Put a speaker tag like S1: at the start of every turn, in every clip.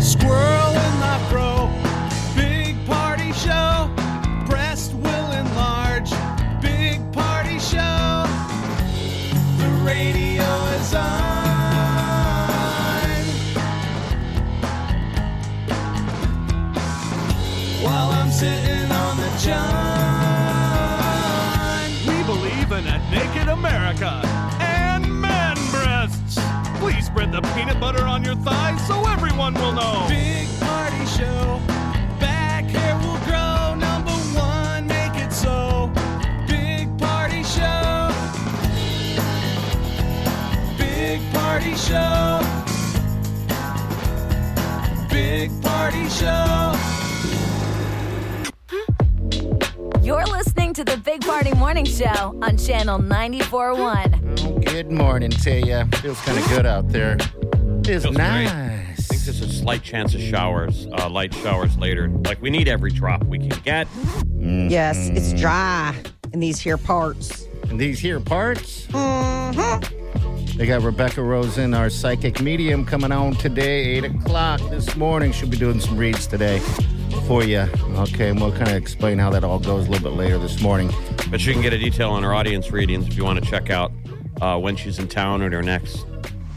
S1: Squirrel in the fro, big party show. Breast will enlarge, big party show. The radio is on. While I'm sitting on the john.
S2: We believe in a naked America and man breasts. Please spread the peanut butter on your thighs so everyone will know.
S1: Big party show. Back hair will grow. Number one, make it so. Big party show. Big party show. Big party show.
S3: You're listening to the Big Party Morning Show on Channel 94.1.
S4: Good morning to you. Feels kind of good out there. Feels
S5: Feels great.
S4: nice.
S5: think there's a slight chance of showers, uh, light showers later. Like we need every drop we can get.
S6: Yes, it's
S4: Mm.
S6: dry in these here parts.
S4: And these here parts. They got Rebecca Rosen, our psychic medium, coming on today, 8 o'clock this morning. She'll be doing some reads today for you. Okay, and we'll kind of explain how that all goes a little bit later this morning.
S5: But you can get a detail on her audience readings if you want to check out uh, when she's in town at her next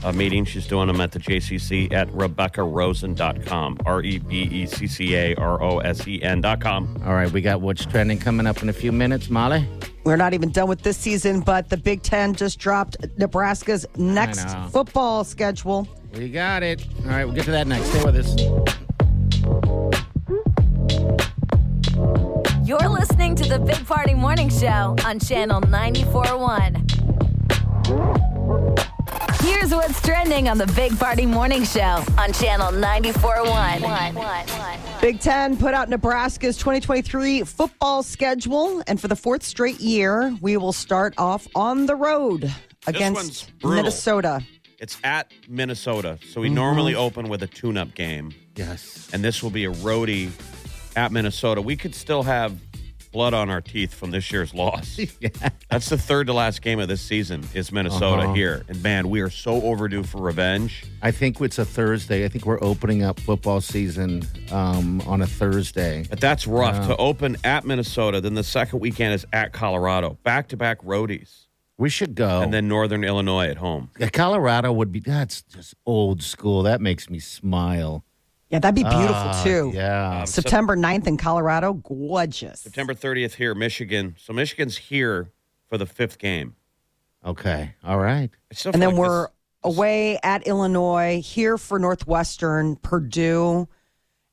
S5: uh, meeting. She's doing them at the JCC at RebeccaRosen.com. R E B E C C A R O S E N.com.
S4: All right, we got what's trending coming up in a few minutes, Molly.
S6: We're not even done with this season, but the Big Ten just dropped Nebraska's next
S4: know.
S6: football schedule.
S4: We got it. All right, we'll get to that next. Stay with us.
S3: You're listening to the Big Party Morning Show on Channel 94.1. Here's what's trending on the Big Party Morning Show on Channel 94.1.
S6: Big Ten put out Nebraska's 2023 football schedule, and for the fourth straight year, we will start off on the road
S5: one's
S6: against
S5: brutal.
S6: Minnesota.
S5: It's at Minnesota. So we normally open with a tune up game.
S4: Yes.
S5: and this will be a roadie at Minnesota. We could still have blood on our teeth from this year's loss. That's the third to last game of this season is Minnesota here. And man, we are so overdue for revenge.
S4: I think it's a Thursday. I think we're opening up football season um, on a Thursday.
S5: But that's rough to open at Minnesota. Then the second weekend is at Colorado. Back to back roadies.
S4: We should go.
S5: And then Northern Illinois at home.
S4: Yeah, Colorado would be that's just old school. That makes me smile.
S6: Yeah, that'd be beautiful
S4: Ah,
S6: too.
S4: Yeah.
S6: September 9th in Colorado, gorgeous.
S5: September 30th here, Michigan. So Michigan's here for the fifth game.
S4: Okay. All right.
S5: I still
S6: And
S5: feel
S6: then
S5: like
S6: we're
S5: this-
S6: away at Illinois, here for Northwestern, Purdue,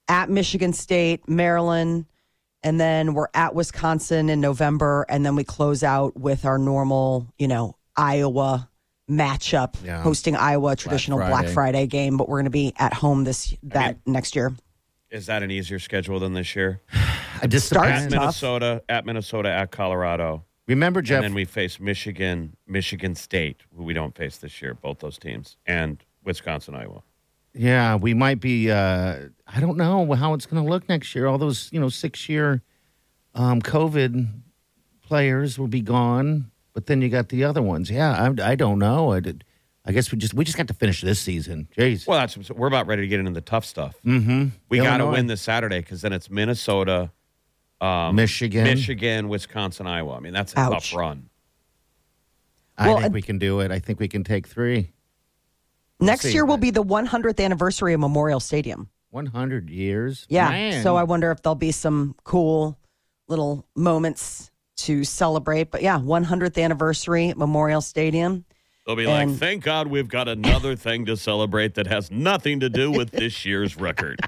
S6: at Michigan State, Maryland, and then we're at Wisconsin in November, and then we close out with our normal, you know, Iowa matchup,
S4: Yeah.
S6: hosting Iowa traditional Black Friday.
S4: Friday.
S6: game, but we're going to be at home this that next year.
S5: is that an easier schedule than this year?
S4: I just
S6: Start-
S5: At
S6: Tough.
S5: Minnesota, at Minnesota, at Colorado.
S4: remember Jeff.
S5: And then we face Michigan, Michigan State, who we don't face this year, both those teams, and Wisconsin, Iowa.
S4: yeah, we might be. Uh, I don't know how it's going to look next year. All those you know six year um, COVID players will be gone, but then you got the other ones. Yeah, I, I don't know. I did. I guess we just we just got to finish this season. Jeez.
S5: Well, that's we're about ready to get into the tough stuff.
S4: mm-hmm.
S5: We got to win this Saturday because then it's Minnesota, um,
S4: Michigan.
S5: Michigan, Wisconsin, Iowa. I mean, that's a
S6: Ouch.
S5: tough run.
S4: I
S6: Well,
S4: think
S6: and-
S4: we can do it. I think we can take three.
S6: Next
S4: see,
S6: year will
S4: but-
S6: be the 100th anniversary of Memorial Stadium.
S4: One hundred years.
S6: Yeah.
S4: Man.
S6: So I wonder if there'll be some cool little moments to celebrate. But yeah, 100th anniversary at Memorial Stadium.
S5: They'll be
S6: like,
S5: like,
S6: And-
S5: "Thank God we've got another thing to celebrate that has nothing to do with this year's record."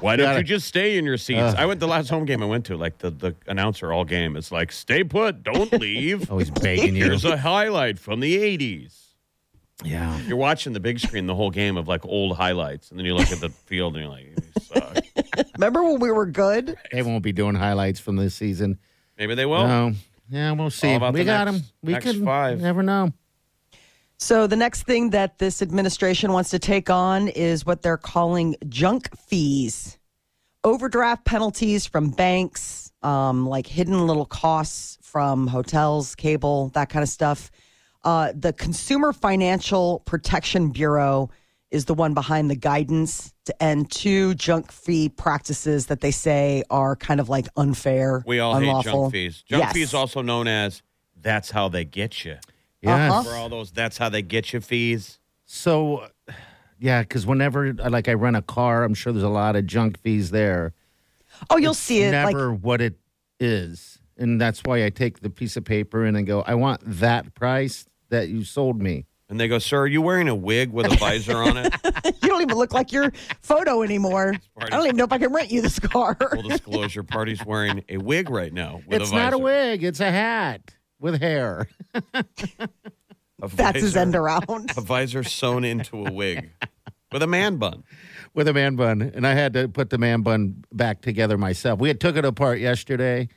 S5: Why don't
S4: gotta-
S5: you just stay in your seats? I went the last home game I went to. Like the the announcer all game is like, stay put, don't leave.
S4: Always Oh, begging you.
S5: Here's a highlight from the '80s.
S4: Yeah.
S5: You're watching the big screen the whole game of like old highlights, and then you look at the field and you're like, "You suck."
S6: Remember when we were good?
S4: They won't be doing highlights from this season.
S5: maybe they will.
S4: no. Yeah, we'll see.
S5: Oh. All about
S4: We
S5: the
S4: got
S5: next-
S4: them. We
S5: next
S4: could
S5: five.
S4: never know.
S6: So the next thing that this administration wants to take on is what they're calling junk fees, overdraft penalties from banks, um, like hidden little costs from hotels, cable, that kind of stuff. Uh, the Consumer Financial Protection Bureau is the one behind the guidance to end two junk fee practices that they say are kind of like unfair.
S5: We all
S6: unlawful.
S5: hate junk fees. Junk
S6: Yes.
S5: fees, also known as that's how they get you.
S4: Yes.
S6: Uh-huh.
S5: For all those that's how they get you fees.
S4: So, yeah, because whenever like I rent a car, I'm sure there's a lot of junk fees there.
S6: Oh, you'll see it. like,
S4: Never what it is, and that's why I take the piece of paper and I go, I want that price that you sold me.
S5: And they go, sir, are you wearing a wig with a visor on it?
S6: You don't even look like your photo anymore. I don't even know if I can rent you this car.
S5: Full disclosure, party's wearing a wig right now. With
S4: It's
S5: a visor.
S4: not a wig; it's a hat with hair.
S5: A
S6: That's his
S5: visor-
S6: end around.
S5: A visor sewn into a wig with a man bun.
S4: with a man bun, and I had to put the man bun back together myself. We had took it apart yesterday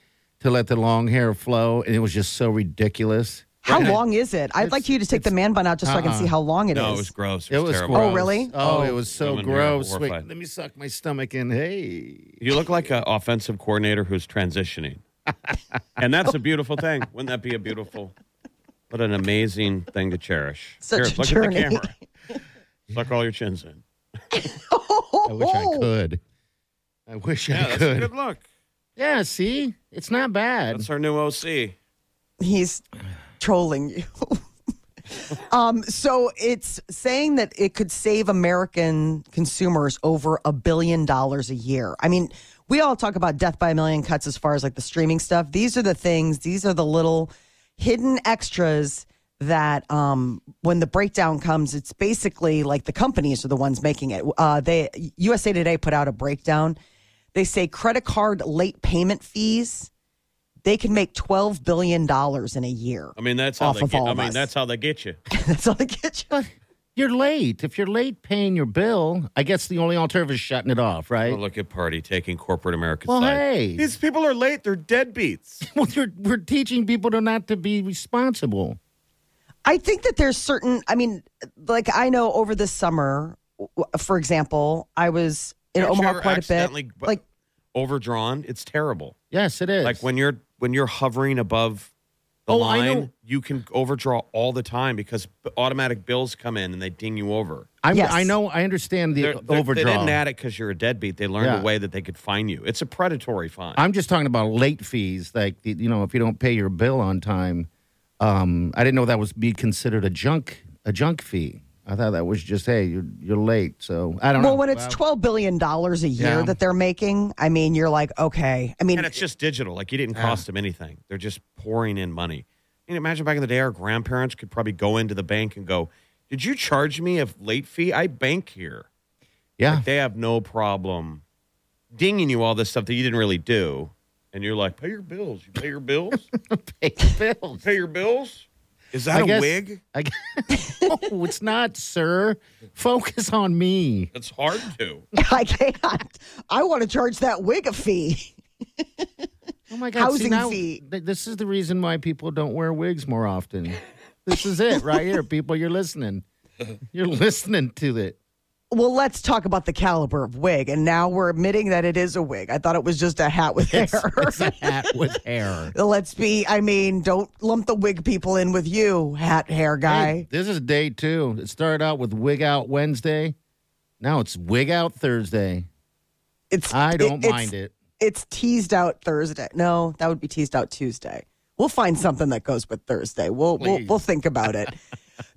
S4: to let the long hair flow, and it was just so ridiculous.
S6: How long is it? I'd like you to take the man bun out just so I can see how long it is.
S5: uh-uh. No, it was gross. It
S4: It
S5: was,
S4: was
S5: terrible.
S4: gross.
S6: Oh, really?
S4: Oh,
S6: Oh.
S4: it was so
S5: Women are
S4: gross. Wait,
S5: horrified.
S4: let me suck my stomach in. Hey,
S5: You look like an offensive coordinator who's transitioning. and that's a beautiful thing. Wouldn't that be a beautiful, what an amazing thing to cherish?
S6: Such
S5: Here,
S6: a
S5: look
S6: journey.
S5: at the camera. Suck all your chins in.
S6: Oh,
S4: I wish I could. I wish
S5: Yeah,
S4: I
S5: that's a
S4: could.
S5: good look.
S4: Yeah, see, it's not bad.
S5: That's our new OC.
S6: He's trolling you. um, so it's saying that it could save American consumers over a billion dollars a year. I mean, we all talk about death by a million cuts as far as like the streaming stuff. These are the things, these are the little hidden extras that um, when the breakdown comes, it's basically like the companies are the ones making it. Uh, they USA Today put out a breakdown. They say credit card late payment fees they can make twelve billion dollars in a year.
S5: I mean, that's how
S6: Off
S5: they
S6: of
S5: get.
S6: all
S5: I
S6: of
S5: mean,
S6: us.
S5: that's how they get you.
S6: That's all they get you.
S4: But you're late. If you're late paying your bill, I guess the only alternative is shutting it off, right?
S5: Oh, look at Party taking corporate American
S4: Well,
S5: side.
S4: hey.
S5: These people are late. They're deadbeats.
S4: Well, you're, we're teaching people to not to be responsible.
S6: I think that there's certain. I mean, like I know over the summer, w- for example, I was in
S5: Haven't you
S6: Omaha
S5: ever
S6: quite a
S5: accidentally
S6: bit.
S5: b-
S6: Like
S5: Overdrawn. It's terrible.
S4: Yes, it is.
S5: Like when you're when you're hovering above the
S4: Oh, I know.
S5: line, you can overdraw all the time because b- automatic bills come in and they ding you over.
S4: I,
S6: Yes.
S4: I know. I understand the
S5: They're- they're-
S4: overdraw.
S5: They didn't add it because you're a deadbeat. They learned
S4: Yeah.
S5: a way that they could fine you. It's a predatory fine.
S4: I'm just talking about late fees, like the- you know, if you don't pay your bill on time. Um, I didn't know that was be considered a junk a junk fee. I thought that was just hey, you're you're late. So I don't know. uh,
S6: well, when it's twelve billion dollars a year
S4: Yeah.
S6: that they're making, I mean, you're like, okay. I mean,
S5: and it's just digital. Like you didn't cost them anything. They're just pouring in money. You know, imagine back in the day, our grandparents could probably go into the bank and go, "Did you charge me a late fee? I bank here."
S4: yeah,
S5: Like, they have no problem dinging you all this stuff that you didn't really do, and you're like, "Pay your bills. You pay your bills.
S4: pay your bills.
S5: pay your bills." Is that
S4: I
S5: a
S4: guess-
S5: wig?
S4: I gu- no, it's not, sir. Focus on me.
S5: It's hard to.
S6: I can't. I want to charge that wig a fee.
S4: Oh my God! see,
S6: Housing
S4: now,
S6: fee.
S4: th- this is the reason why people don't wear wigs more often. this is it right here, people. You're listening. You're listening to it.
S6: Well, let's talk about the caliber of wig. And now we're admitting that it is a wig. I thought it was just a hat with hair.
S4: It's, it's a hat with hair.
S6: Let's be, I mean, don't lump the wig people in with you, hat hair guy.
S4: Hey, this is day two. It started out with Wig Out Wednesday. Now it's Wig Out Thursday.
S6: It's
S4: I don't
S6: it's-
S4: mind it.
S6: It's teased out Thursday. No, that would be teased out Tuesday. We'll find something that goes with Thursday. We'll we'll, we'll think about it.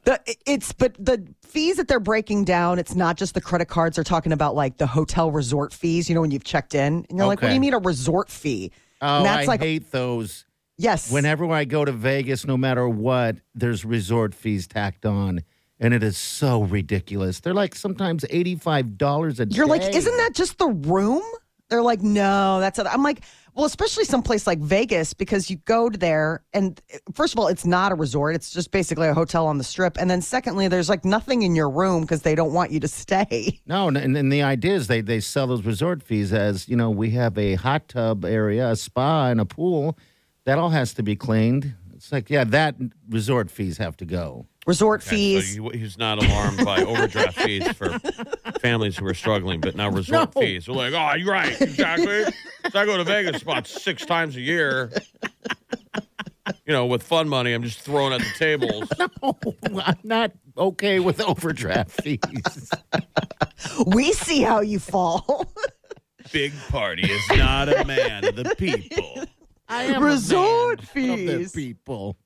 S6: the it's but the fees that they're breaking down. It's not just the credit cards. They're talking about like the hotel resort fees. You know when you've checked in and you're like, what do
S4: Okay.
S6: you mean a resort fee?
S4: Oh,
S6: and that's
S4: I
S6: like
S4: hate those.
S6: yes.
S4: Whenever I go to Vegas, no matter what, there's resort fees tacked on. and it is so ridiculous. They're like sometimes eighty-five dollars a day.
S6: You're like, isn't that just the room? They're like, no, that's it. I'm like, well, especially someplace like Vegas because you go to there, and first of all, it's not a resort. It's just basically a hotel on the strip. And then secondly, there's like nothing in your room because they don't want you to stay.
S4: No, and, and the idea is they, they sell those resort fees as, you know, we have a hot tub area, a spa, and a pool. That all has to be cleaned. It's like, yeah, that resort fees have to go.
S6: Resort
S5: So
S6: fees.
S5: he, he's not alarmed by overdraft fees for families who are struggling, but now resort
S4: No.
S5: fees. We're like, oh, you're right, exactly. so I go to Vegas about six times a year. You know, with fun money, I'm just throwing at the tables.
S4: Oh, I'm not okay with overdraft fees.
S6: we see how you fall.
S5: Big party is not a man of the people.
S4: I am a
S6: Resort
S4: man of the
S6: fees.
S4: people.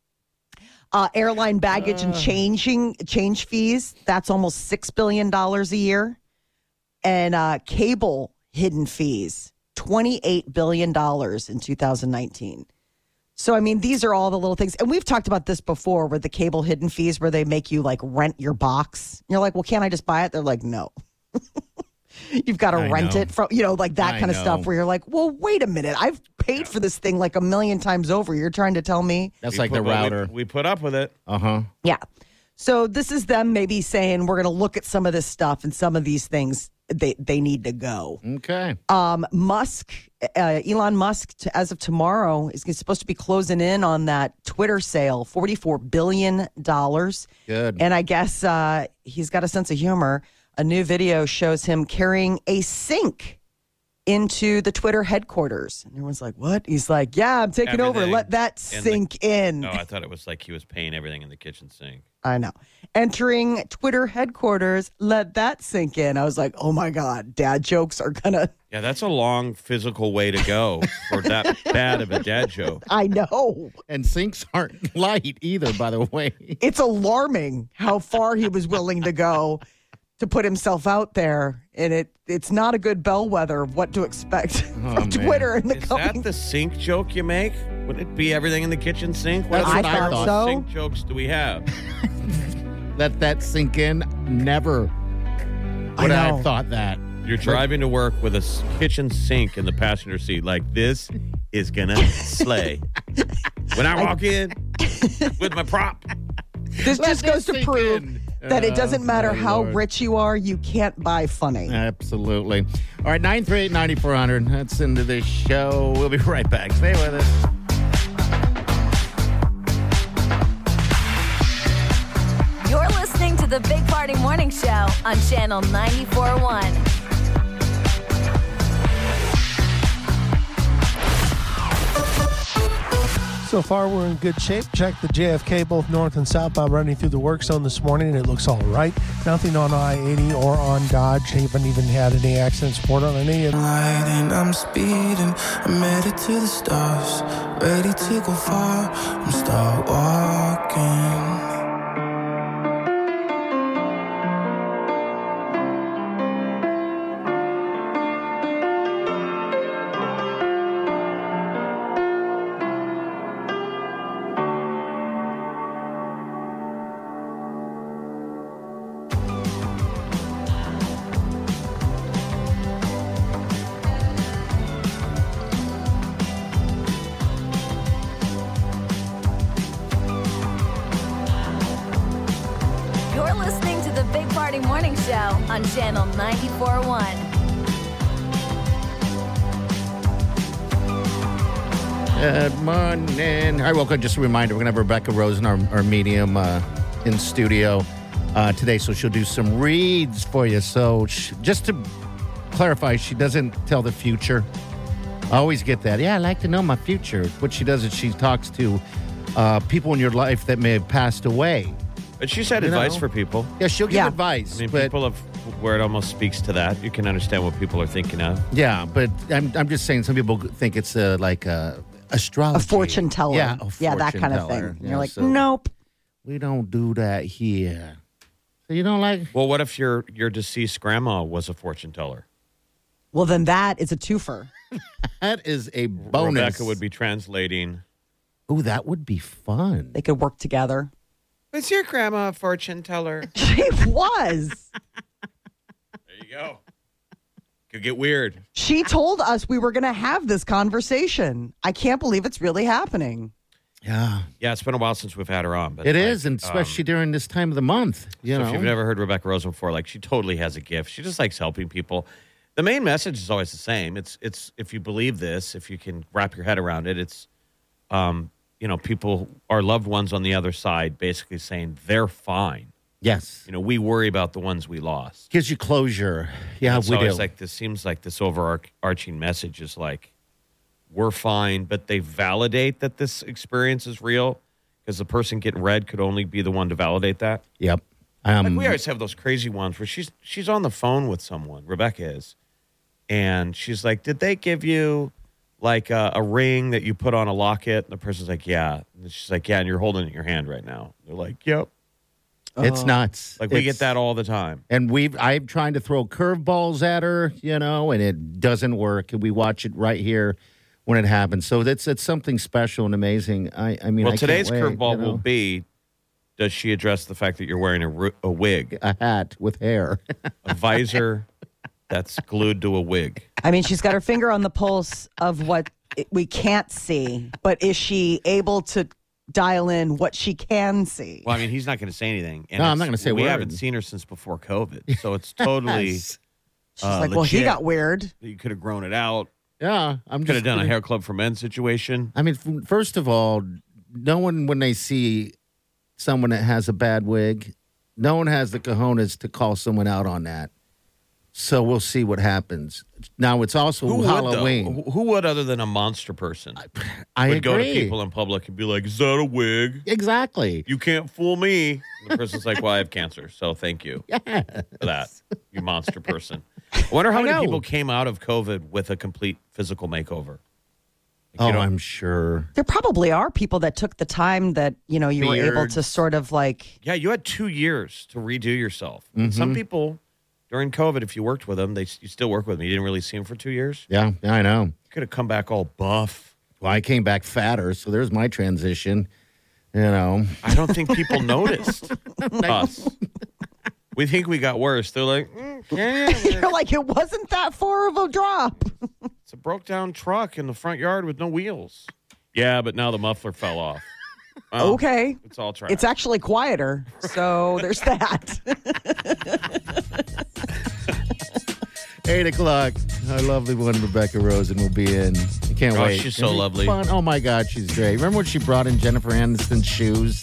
S6: uh, airline baggage and changing change fees. That's almost six billion dollars a year, and uh, cable hidden fees twenty eight billion dollars in two thousand nineteen. So I mean, these are all the little things, and we've talked about this before, where the cable hidden fees, where they make you like rent your box. You're like, well, can't I just buy it? They're like, no. You've got to
S4: I
S6: rent
S4: know.
S6: it from, you know, like that
S4: I
S6: kind of
S4: know.
S6: stuff where you're like, well, wait a minute. I've paid for this thing like a million times over. You're trying to tell me
S4: That's
S5: We
S4: like the
S5: put- well, we-
S4: router.
S5: We, put up with it.
S4: Uh huh.
S6: yeah. So this is them maybe saying we're going to look at some of this stuff and some of these things they they need to go.
S4: Okay.
S6: Um, Musk, uh, Elon Musk, to, as of tomorrow is supposed to be closing in on that Twitter sale, forty four billion dollars.
S4: Good.
S6: And I guess uh, he's got a sense of humor. A new video shows him carrying a sink into the Twitter headquarters, and everyone's like, "What?" He's like, "Yeah, I'm taking over.
S5: Everything
S6: Let that
S5: in the-
S6: sink in."
S5: Oh, I thought it was like he was paying everything in the kitchen sink.
S6: I know. Entering Twitter headquarters, let that sink in. I was like, oh my God, dad jokes are gonna,
S5: Yeah, that's a long physical way to go for that bad of a dad joke.
S6: I know.
S4: and sinks aren't light either, by the way.
S6: It's alarming how far he was willing to go to put himself out there. And it it's not a good bellwether of what to expect
S4: Oh,
S6: from
S4: man.
S6: Twitter in the
S5: Is
S6: coming.
S5: that the sink joke you make? Would it be everything in the kitchen sink?
S4: That's
S5: other
S4: what I
S5: terrible
S6: thought.
S5: sink jokes do we have?
S4: Let that sink in. Never
S6: I
S4: would I,
S6: know.
S4: have thought that.
S5: You're driving to work with a s- kitchen sink in the passenger seat. Like this is gonna slay. when I walk in with my prop,
S6: this just
S4: that
S6: goes to
S4: sink
S6: prove
S4: in.
S6: that it
S4: Oh,
S6: doesn't matter
S4: my
S6: how
S4: Lord.
S6: rich you are, you can't buy funny.
S4: Absolutely. All right, 938 9400. That's into this show. We'll be right back. Stay with us.
S3: You're listening to the Big Party Morning Show on Channel 941.
S7: So far, we're in good shape. Check the JFK, both north and southbound, running through the work zone this morning, and it looks all right. Nothing on I 80 or on Dodge. Haven't even had any accidents reported on any of
S8: Lighting, I'm speeding, I'm headed to the stars, ready to go far. I'm start walking.
S3: You're listening to the Big Party Morning Show on Channel 941.
S4: Good morning. All right, welcome. Just a reminder, we're going to have Rebecca Rosen, our, our medium, uh, in studio uh, today. So she'll do some reads for you. So sh just to clarify, she doesn't tell the future. I always get that. Yeah, I like to know my future. What she does is she talks to uh, people in your life that may have passed away.
S5: but she's had
S4: You
S5: advice
S4: know.
S5: for people.
S4: Yeah, she'll give
S6: Yeah.
S4: advice.
S5: I mean,
S4: but
S5: people have where it almost speaks to that. You can understand what people are thinking of.
S4: Yeah, but I'm, I'm just saying some people think it's uh, like uh, astrology.
S6: A fortune teller.
S4: Yeah, a
S6: yeah that
S4: fortune
S6: kind of
S4: teller.
S6: thing.
S4: Yeah,
S6: You're like,
S4: so
S6: nope.
S4: We don't do that here. So you don't like
S5: Well, what if your your deceased grandma was a fortune teller?
S6: Well, then that is a twofer.
S4: that is a bonus.
S5: Rebecca would be translating.
S4: Oh, that would be fun.
S6: They could work together.
S1: Was your grandma a fortune teller?
S6: She was.
S5: There you go. Could get weird.
S6: She told us we were going to have this conversation. I can't believe it's really happening.
S4: Yeah,
S5: Yeah, it's been a while since we've had her on. But
S4: it
S5: like, um,
S4: is, and especially during this time of the month. You
S5: so
S4: know,
S5: if you've never heard Rebecca Rosen before, like she totally has a gift. She just likes helping people. The main message is always the same. It's it's if you believe this, if you can wrap your head around it, it's um, you know, people our loved ones on the other side basically saying they're fine.
S4: yes,
S5: You know, we worry about the ones we lost.
S4: gives you closure. Yeah,
S5: It's
S4: we do.
S5: always like this seems like this overarching message is like we're fine, but they validate that this experience is real because the person getting red could only be the one to validate that.
S4: yep. Um,
S5: Like we always have those crazy ones where she's she's on the phone with someone. Rebecca is, and she's like, "Did they give you like a, a ring that you put on a locket?" And the person's like, "Yeah." And she's like, "Yeah," and you're holding it in your hand right now. They're like, "Yep."
S6: Oh.
S4: it's nuts.
S5: Like we
S4: It's-
S5: get that all the time.
S4: and we've I'm trying to throw curveballs at her, you know, and it doesn't work. And we watch it right here when it happens. So that's it's something special and amazing. I, I mean, I
S5: well,
S4: can't
S5: today's
S4: wait,
S5: curveball
S4: you know.
S5: will be: Does she address the fact that you're wearing a, ru- a wig,
S4: a hat with hair.
S5: a visor that's glued to a wig?
S6: I mean, she's got her finger on the pulse of what it- we can't see, but is she able to dial in what she can see?
S5: Well, I mean, he's not going to say anything. And
S4: No, I'm
S5: it's-
S4: not gonna say a
S5: We
S4: word.
S5: haven't seen her since before COVID, so it's totally.
S6: She's
S5: uh,
S6: like, well, he
S5: legit.
S6: got weird.
S5: You could have grown it out.
S4: yeah, I'm
S5: Could
S4: just
S5: have done a
S4: gonna-
S5: hair club for men situation.
S4: I mean, f- first of all, no one when they see someone that has a bad wig, no one has the cojones to call someone out on that. So we'll see what happens. Now it's also
S5: Who
S4: Halloween.
S5: Would, though? Who- Who would other than a monster person
S4: I
S5: would
S4: agree.
S5: go to people in public and be like, "Is that a wig?
S4: Exactly.
S5: You can't fool me." And the person's like, "Well, I have cancer, so thank you
S4: Yeah.
S5: for that, you monster person." I wonder how
S4: I
S5: many
S4: know.
S5: people came out of COVID with a complete physical makeover. Like,
S4: Oh,
S5: you know,
S4: I'm sure.
S6: There probably are people that took the time that, you know, you were able to
S5: Beards.
S6: sort of like,
S5: yeah, you had two years to redo yourself. And Some people during COVID, if you worked with them, they you still work with them. You didn't really see them for two years.
S4: Yeah, I know.
S5: You could have come back all buff.
S4: Well, I came back fatter, so there's my transition. You know,
S5: I don't think people noticed us. We think we got worse. They're like, "Mm, yeah, yeah, yeah."
S6: you're like, it wasn't that far of a drop.
S5: it's a broke down truck in the front yard with no wheels. Yeah, but now the muffler fell off. Well,
S6: Okay.
S5: It's all trash.
S6: It's actually quieter. So there's that.
S4: eight o'clock. Our lovely one, Rebecca Rosen, will be in. I can't
S5: Oh,
S4: wait.
S5: she's so
S4: Isn't it
S5: lovely.
S4: fun? Oh my God, she's great. Remember when she brought in Jennifer Aniston's shoes?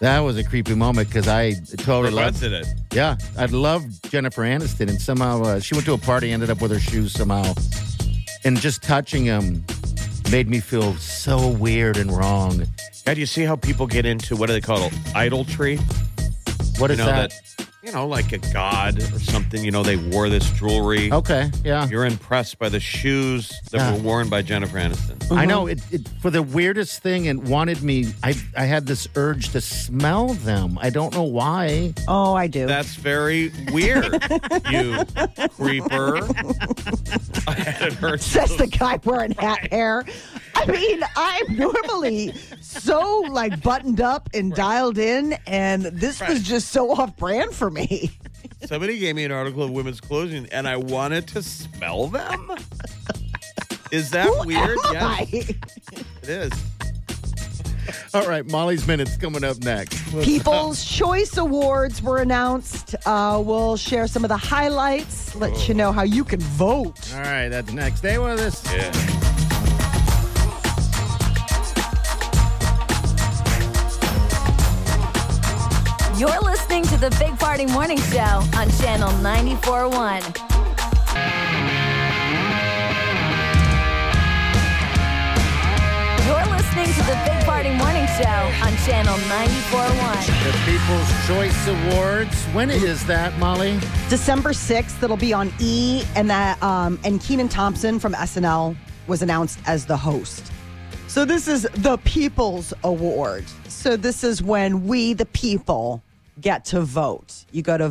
S4: That was a creepy moment because I totally loved.
S5: Requested it.
S4: Yeah, I loved Jennifer Aniston, and somehow uh, she went to a party, ended up with her shoes somehow, and just touching them made me feel so weird and wrong.
S5: God, you see how people get into what do they call it? Idolatry.
S4: What
S5: You
S4: is
S5: know you know, like a god or something. You know, they wore this jewelry.
S6: Oh.
S4: Okay, yeah.
S5: You're impressed by the shoes that
S4: Yeah.
S5: were worn by Jennifer Aniston.
S4: I know it, it for the weirdest thing and wanted me I I had this urge to smell them. I don't know why.
S6: Oh, I do.
S5: That's very weird, you creeper. I hadn't heard
S6: Says the guy wearing hat hair. I mean, I'm normally so like buttoned up and dialed in, and this was just so off brand for me.
S5: Somebody gave me an article of women's clothing, and I wanted to smell them. Is that weird?
S6: Why?
S5: it is.
S4: All right, Molly's minutes coming up next.
S6: People's Choice Awards were announced. Uh, we'll share some of the highlights, let you know how you can vote.
S4: All right, that's next. Stay with us.
S3: You're listening to the Big Party Morning Show on Channel 94.1. You're listening to the Big Party Morning Show on Channel 94.1.
S4: The People's Choice Awards. When is that, Molly?
S6: December 6th, it'll be on E, and that um, and Keenan Thompson from SNL was announced as the host. So this is the People's Award. So this is when we, the people, get to vote. You go to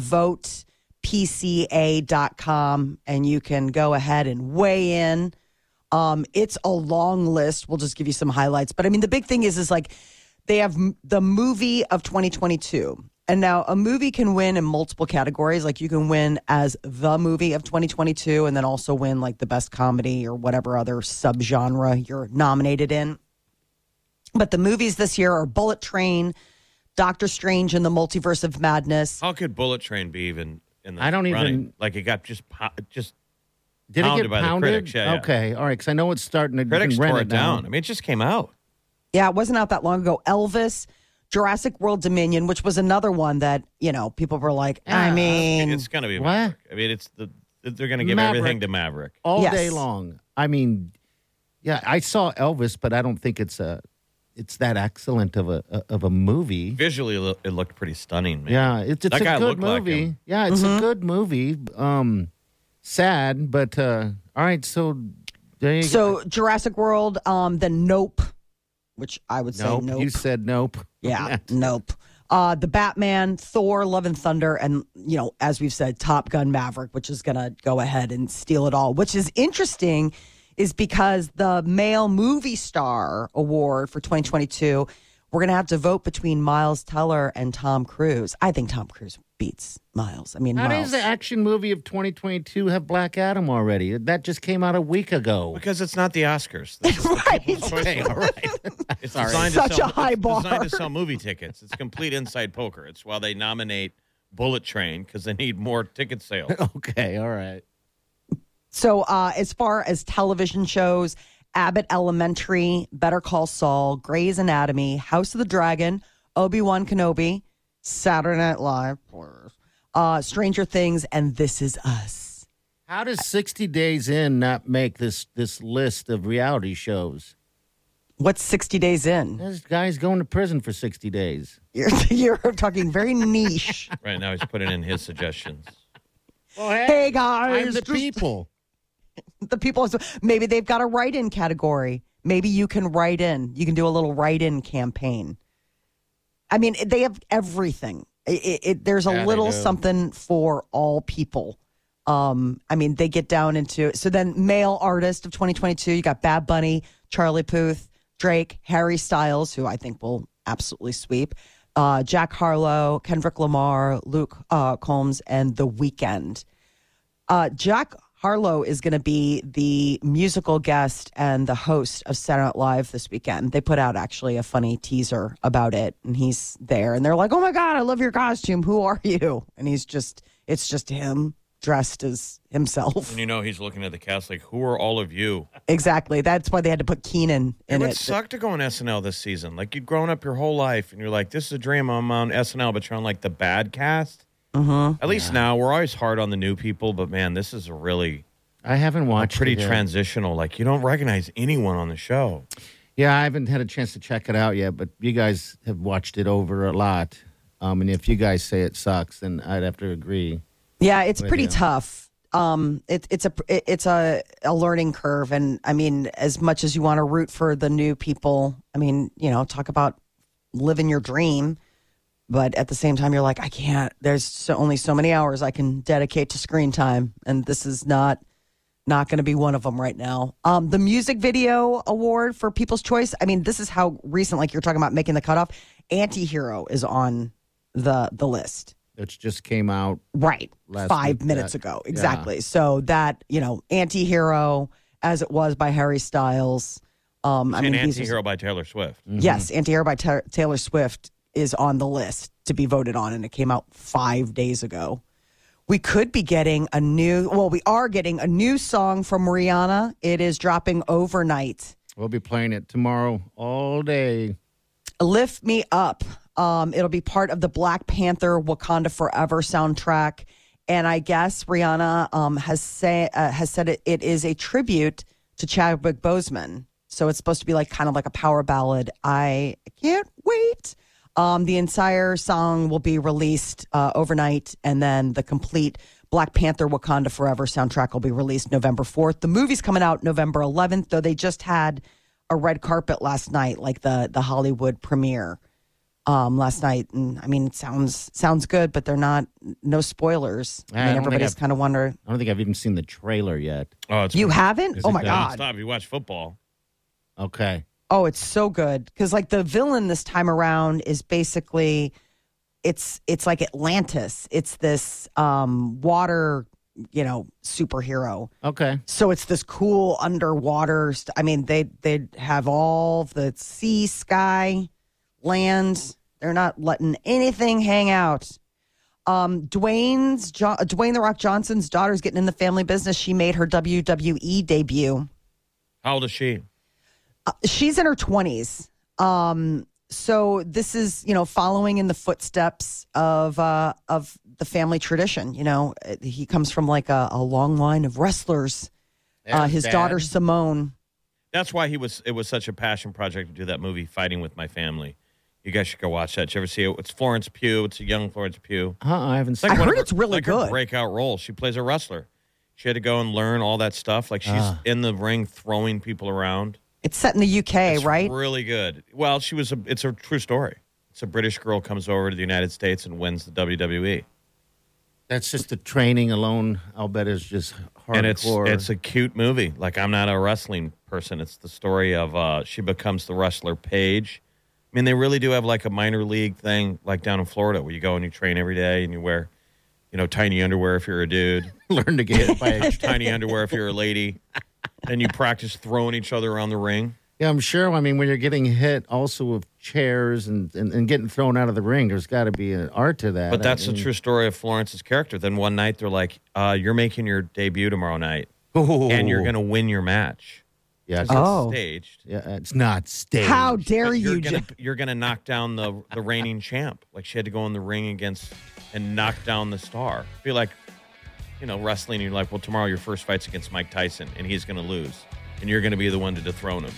S6: votepca.com and you can go ahead and weigh in. Um, it's a long list. We'll just give you some highlights. But I mean, the big thing is, is like they have m- the movie of 2022. And now a movie can win in multiple categories. Like you can win as the movie of 2022 and then also win like the best comedy or whatever other subgenre you're nominated in. But the movies this year are Bullet Train, Doctor Strange and the Multiverse of Madness.
S5: How could Bullet Train be even in the
S4: I don't even-
S5: running? like it got just po- just
S4: Did it
S5: Pounded
S4: get
S5: by the
S4: pounded?
S5: critics, yeah, yeah.
S4: Okay, all right. Because I know it's starting to you
S5: critics
S4: can rent
S5: tore it
S4: now.
S5: down. I mean, it just came out.
S6: Yeah, it wasn't out that long ago. Elvis, Jurassic World Dominion, which was another one that, you know, people were like, I
S4: Yeah.
S6: mean,
S5: It's gonna be
S4: What?
S5: Maverick. I mean, it's the they're gonna give
S4: Maverick.
S5: everything to Maverick.
S4: all
S6: Yes.
S4: day long. I mean, yeah, I saw Elvis, but I don't think it's a it's that excellent of a of a movie.
S5: Visually, it loo- it looked pretty stunning. Man.
S4: Yeah, it's it's
S5: That guy
S4: a good
S5: looked like
S4: movie.
S5: him.
S4: yeah, it's
S6: Mm-hmm.
S4: a good movie. Um, sad, but uh, all right. So there you go.
S6: so Jurassic World, um, then Nope, which I would say
S4: Nope,
S6: Nope.
S4: you said nope.
S6: yeah, Nope. Uh, the Batman, Thor, Love and Thunder, and, you know, as we've said, Top Gun Maverick, which is going to go ahead and steal it all, which is interesting is because the Male Movie Star Award for 2022, we're going to have to vote between Miles Teller and Tom Cruise. I think Tom Cruise beats Miles. I mean,
S4: How
S6: Miles.
S4: does the action movie of 2022 have Black Adam already? That just came out a week ago.
S5: Because it's not the Oscars. This is the People's Choice
S4: Okay, all
S5: Award.
S4: right.
S5: It's designed
S6: Such
S5: to sell,
S6: a high
S5: it's
S6: bar.
S5: Designed to sell movie tickets. It's complete inside poker. It's why they nominate Bullet Train because they need more ticket sales.
S4: okay, all right.
S6: So, uh, as far as television shows, Abbott Elementary, Better Call Saul, Grey's Anatomy, House of the Dragon, Obi Wan Kenobi, Saturday Night Live, uh, Stranger Things, and This Is Us.
S4: How does 60 Days In not make this this list of reality shows?
S6: What's 60 days in?
S4: This guy's going to prison for 60 days.
S6: You're, you're talking very niche.
S5: Right now, he's putting in his suggestions.
S4: Well,
S6: hey, guys.
S4: I'm the
S6: just-
S4: people.
S6: the people maybe they've got a write-in category maybe you can write in you can do a little write-in campaign i mean they have everything it, it, it- there's a
S5: Yeah, they do.
S6: little something for all people um, i mean they get down into so then male artist of 2022 you got bad bunny charlie puth drake harry styles who i think will absolutely sweep uh, jack harlow kendrick lamar luke uh, combs and the weekend uh, Jack Harlow is going to be the musical guest and the host of Saturday Night Live this weekend. They put out actually a funny teaser about it, and he's there, and they're like, "Oh my god, I love your costume. Who are you?" And he's just, it's just him dressed as himself.
S5: And you know, he's looking at the cast like, "Who are all of you?"
S6: exactly. That's why they had to put Keenan
S5: It
S6: in
S5: would
S6: it.
S5: suck to go on SNL this season. Like you've grown up your whole life, and you're like, "This is a dream." I'm on SNL, but you're on like the bad cast.
S6: Uh-huh.
S5: At least now, we're always hard on the new people, but man, this is a really
S4: I haven't watched
S5: pretty
S4: it yet.
S5: transitional. Like you don't recognize anyone on the show.
S4: Yeah, I haven't had a chance to check it out yet, but you guys have watched it over a lot. Um, and if you guys say it sucks, then I'd have to agree.
S6: Yeah, it's
S4: Way
S6: pretty
S4: down.
S6: tough. Um, it, it's a it- it's a, a learning curve, and I mean, as much as you want to root for the new people, I mean, you know, talk about living your dream, but at the same time, you're like, I can't. There's so, only so many hours I can dedicate to screen time, and this is not not going to be one of them right now. Um, the music video award for People's Choice. I mean, this is how recent, like you're talking about making the cutoff. Antihero is on the the list.
S4: Which just came out.
S6: Right.
S4: Last
S6: Five
S4: week,
S6: minutes
S4: that-
S6: ago.
S4: yeah.
S6: Exactly. So that, you know, anti hero as it was by Harry Styles. Um, I mean,
S5: an
S6: these are-
S5: anti-hero by Taylor Swift.
S4: Mm-hmm.
S6: yes, anti hero by Ta- Taylor Swift is on the list to be voted on, and it came out five days ago. We could be getting a new, well, we are getting a new song from Rihanna. It is dropping overnight.
S4: We'll be playing it tomorrow all day.
S6: Lift Me Up. Um, it'll be part of the Black Panther Wakanda Forever soundtrack. And I guess Rihanna um, has, say, uh, has said it, it is a tribute to Chadwick Boseman. So it's supposed to be like kind of like a power ballad. I can't wait. Um, the entire song will be released uh, overnight, and then the complete Black Panther Wakanda Forever soundtrack will be released November 4th. The movie's coming out November 11th, though they just had a red carpet last night, like the, the Hollywood premiere um, last night. And I mean, it sounds, sounds good, but they're not, no spoilers.
S4: I
S6: I mean,
S4: don't think
S6: everybody's
S4: I've-
S6: kind of wondering.
S4: I don't think I've even seen the trailer yet.
S5: Oh, it's
S6: You haven't?
S4: Is
S6: Oh
S4: it
S6: my
S4: good?
S6: God.
S5: Stop! You watch football.
S4: Okay.
S6: Oh, it's so good because like the villain this time around is basically it's it's like Atlantis. It's this um water, you know, superhero.
S4: Okay.
S6: So it's this cool underwater. St- I mean, they they have all the sea, sky, land. They're not letting anything hang out. Um, Dwayne's jo- Dwayne the Rock Johnson's daughter's getting in the family business. She made her WWE debut
S5: How old is she?
S6: she's in her 20s um so this is you know following in the footsteps of uh of the family tradition you know Uh, he comes from like a, a long line of wrestlers uh,
S4: That's
S6: his
S4: bad.
S6: daughter simone
S5: That's why he was. It was such a passion project to do that movie, Fighting with My Family. You guys should go watch that. Did you ever see it? It's Florence Pugh. It's a young Florence Pugh.
S4: Uh, I haven't
S5: It's like
S4: seen.
S6: I
S5: one of
S6: heard it's really
S5: like Her
S6: good.
S5: breakout role. She plays a wrestler. She had to go and learn all that stuff. Like she's
S6: Ah.
S5: in the ring throwing people around.
S6: it's set in the uk
S5: It's
S6: right
S5: Really good. Well, she was. A, it's a true story. It's a British girl comes over to the United States and wins the E. WWE.
S4: That's just the training alone. I'll bet is just hardcore.
S5: and it's it's a cute movie. Like I'm not a wrestling person. It's the story of uh, she becomes the wrestler Paige. I mean, they really do have like a minor league thing, like down in Florida, where you go and you train every day and you wear, you know, tiny underwear if you're a dude,
S4: learn to get hit by. A,
S5: tiny underwear if you're a lady, and you practice throwing each other around the ring.
S4: yeah, I'm sure. I mean, when you're getting hit, also with chairs and and, and getting thrown out of the ring, there's got to be an art to that.
S5: But
S4: I
S5: that's the
S4: mean-
S5: true story of Florence's character. Then one night they're like, uh, "You're making your debut tomorrow night, and you're going to win your match."
S4: Yeah,
S6: Oh.
S5: Staged.
S4: yeah, it's not staged.
S6: how dare
S5: But
S6: you
S5: You're gonna,
S6: Jeff-
S5: you're gonna knock down the the reigning champ. Like she had to go in the ring against and knock down the star. Be like, you know, wrestling. You're like, well, tomorrow your first fight's against Mike Tyson, and he's gonna lose, and you're gonna be the one to dethrone him.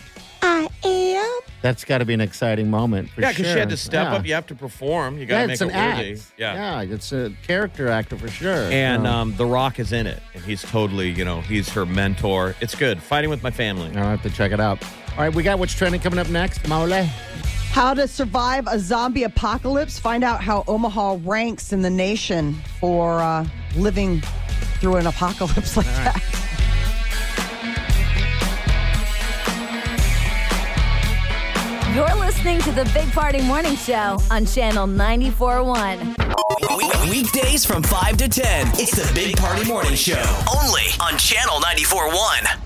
S4: That's got to be an exciting moment. For
S5: yeah, because
S4: sure.
S5: she had to step
S4: Yeah.
S5: up. You have to perform. You gotta
S4: Yeah,
S5: make
S4: it's
S5: it
S4: an act.
S5: worthy. Yeah.
S4: it's a character actor for sure.
S5: And
S4: Yeah.
S5: um, The Rock is in it, and he's totally, you know, he's her mentor. It's good. Fighting with my family.
S4: I'll have to check it out. All right, we got what's trending coming up next. Maule.
S6: how to survive a zombie apocalypse find out how omaha ranks in the nation for uh, living through an apocalypse like that
S3: You're listening to the Big Party Morning Show on Channel 941.
S9: Weekdays from 5 to 10. It's the Big Party Morning Show. Only on Channel 94.1.